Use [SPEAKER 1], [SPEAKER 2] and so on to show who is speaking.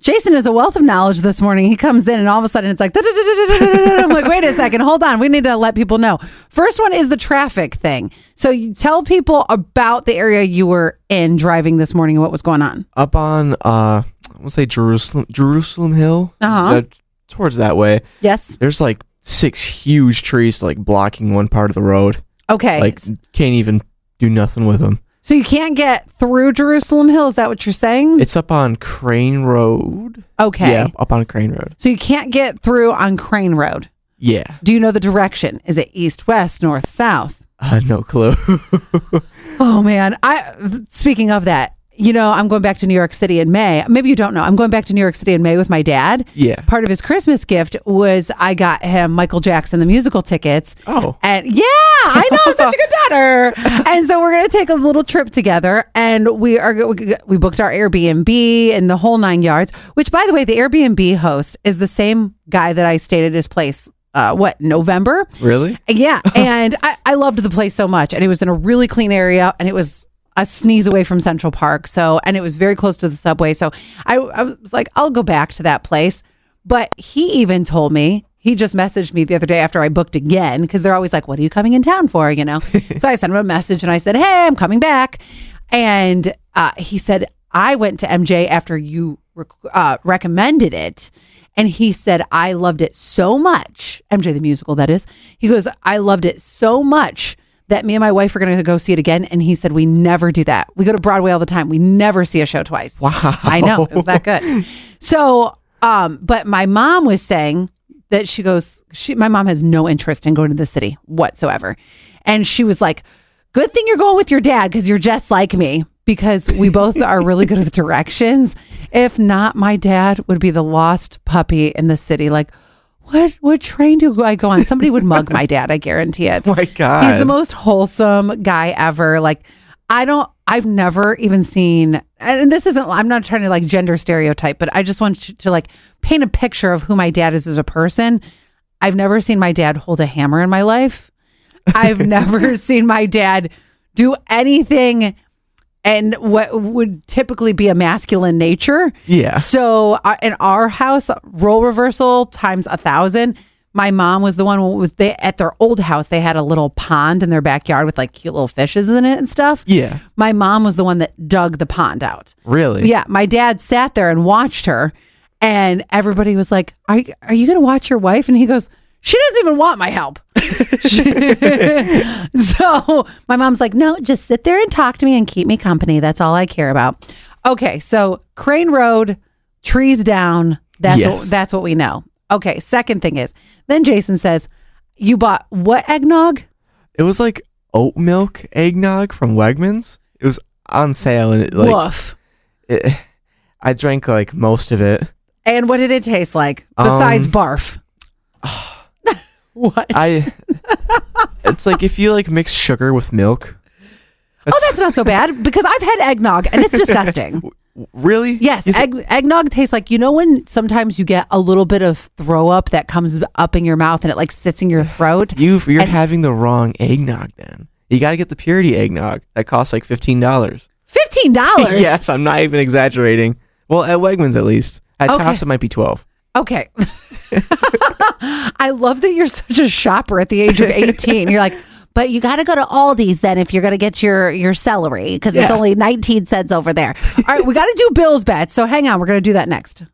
[SPEAKER 1] Jason is a wealth of knowledge this morning. He comes in and all of a sudden it's like, "Da-da-da-da-da-da-da-da." I'm like, wait a second, hold on. We need to let people know. First one is the traffic thing. So you tell people about the area you were in driving this morning and what was going on.
[SPEAKER 2] up on uh I want to say Jerusalem Jerusalem Hill.
[SPEAKER 1] Uh-huh.
[SPEAKER 2] That- towards that way.
[SPEAKER 1] Yes.
[SPEAKER 2] There's like six huge trees like blocking one part of the road.
[SPEAKER 1] Okay.
[SPEAKER 2] Like can't even do nothing with them.
[SPEAKER 1] so you can't get through Jerusalem Hill. Is that what you're saying?
[SPEAKER 2] It's up on Crane Road.
[SPEAKER 1] okay.
[SPEAKER 2] Yeah, up on Crane Road.
[SPEAKER 1] So you can't get through on Crane Road.
[SPEAKER 2] Yeah.
[SPEAKER 1] Do you know the direction? Is it east, west, north, south?
[SPEAKER 2] Uh, no clue.
[SPEAKER 1] Oh man, I speaking of that, you know, I'm going back to New York City in May. Maybe you don't know. I'm going back to New York City in May with my dad.
[SPEAKER 2] Yeah.
[SPEAKER 1] Part of his Christmas gift was I got him Michael Jackson the musical tickets.
[SPEAKER 2] Oh.
[SPEAKER 1] And yeah, I know I'm such a good daughter. And so we're going to take a little trip together and we are we booked our Airbnb and the whole 9 yards, which by the way, the Airbnb host is the same guy that I stayed at his place uh, what November?
[SPEAKER 2] really?
[SPEAKER 1] Yeah. And I, I loved the place so much. And it was in a really clean area and it was a sneeze away from Central Park. So, and it was very close to the subway. So I, I was like, I'll go back to that place. But he even told me, he just messaged me the other day after I booked again because they're always like, What are you coming in town for? You know? so I sent him a message and I said, Hey, I'm coming back. And uh, he said, I went to MJ after you rec- uh, recommended it. And he said, I loved it so much. MJ the musical, that is. He goes, I loved it so much that me and my wife are going to go see it again. And he said, We never do that. We go to Broadway all the time. We never see a show twice.
[SPEAKER 2] Wow.
[SPEAKER 1] I know. It was that good. So, um, but my mom was saying that she goes, she, my mom has no interest in going to the city whatsoever. And she was like, good thing you're going with your dad because you're just like me because we both are really good with directions. If not, my dad would be the lost puppy in the city. Like, what, what train do I go on? Somebody would mug my dad. I guarantee it.
[SPEAKER 2] My God.
[SPEAKER 1] He's the most wholesome guy ever. Like, I don't, I've never even seen, and this isn't, I'm not trying to like gender stereotype, but I just want you to like paint a picture of who my dad is as a person. I've never seen my dad hold a hammer in my life. I've never seen my dad do anything and what would typically be a masculine nature.
[SPEAKER 2] Yeah.
[SPEAKER 1] So uh, in our house, role reversal times a thousand. My mom was the one who was they at their old house. They had a little pond in their backyard with like cute little fishes in it and stuff.
[SPEAKER 2] Yeah.
[SPEAKER 1] My mom was the one that dug the pond out.
[SPEAKER 2] Really?
[SPEAKER 1] Yeah, my dad sat there and watched her, and everybody was like, "Are are you going to watch your wife?" And he goes, "She doesn't even want my help." so my mom's like, "No, just sit there and talk to me and keep me company. That's all I care about." Okay, so Crane Road, trees down. That's what,
[SPEAKER 2] Yes.
[SPEAKER 1] that's what we know. Okay, second thing is then Jason says, "You bought what eggnog?"
[SPEAKER 2] It was like oat milk eggnog from Wegmans. It was on sale and it, like
[SPEAKER 1] Woof.
[SPEAKER 2] it, I drank like most of it.
[SPEAKER 1] And what did it taste like
[SPEAKER 2] Um,
[SPEAKER 1] besides barf? what?
[SPEAKER 2] I It's like if you like mix sugar with milk.
[SPEAKER 1] Oh, that's not so bad because I've had eggnog and it's disgusting.
[SPEAKER 2] really?
[SPEAKER 1] Yes,
[SPEAKER 2] You thi-
[SPEAKER 1] egg, eggnog tastes like you know when sometimes you get a little bit of throw up that comes up in your mouth and it like sits in your throat.
[SPEAKER 2] you've, you're
[SPEAKER 1] and-
[SPEAKER 2] having the wrong eggnog then. You got to get the purity eggnog. That costs like $15.
[SPEAKER 1] Fifteen dollars.
[SPEAKER 2] yes, I'm not even exaggerating. Well, at Wegmans at least. At
[SPEAKER 1] Okay.
[SPEAKER 2] Tops it might be 12.
[SPEAKER 1] Okay. I love that you're such a shopper at the age of eighteen. You're like. But you got to go to Aldi's then if you're going to get your your celery because it's
[SPEAKER 2] Yeah.
[SPEAKER 1] only 19 cents over there. All right, we got to do Bill's bets. So hang on, we're going to do that next.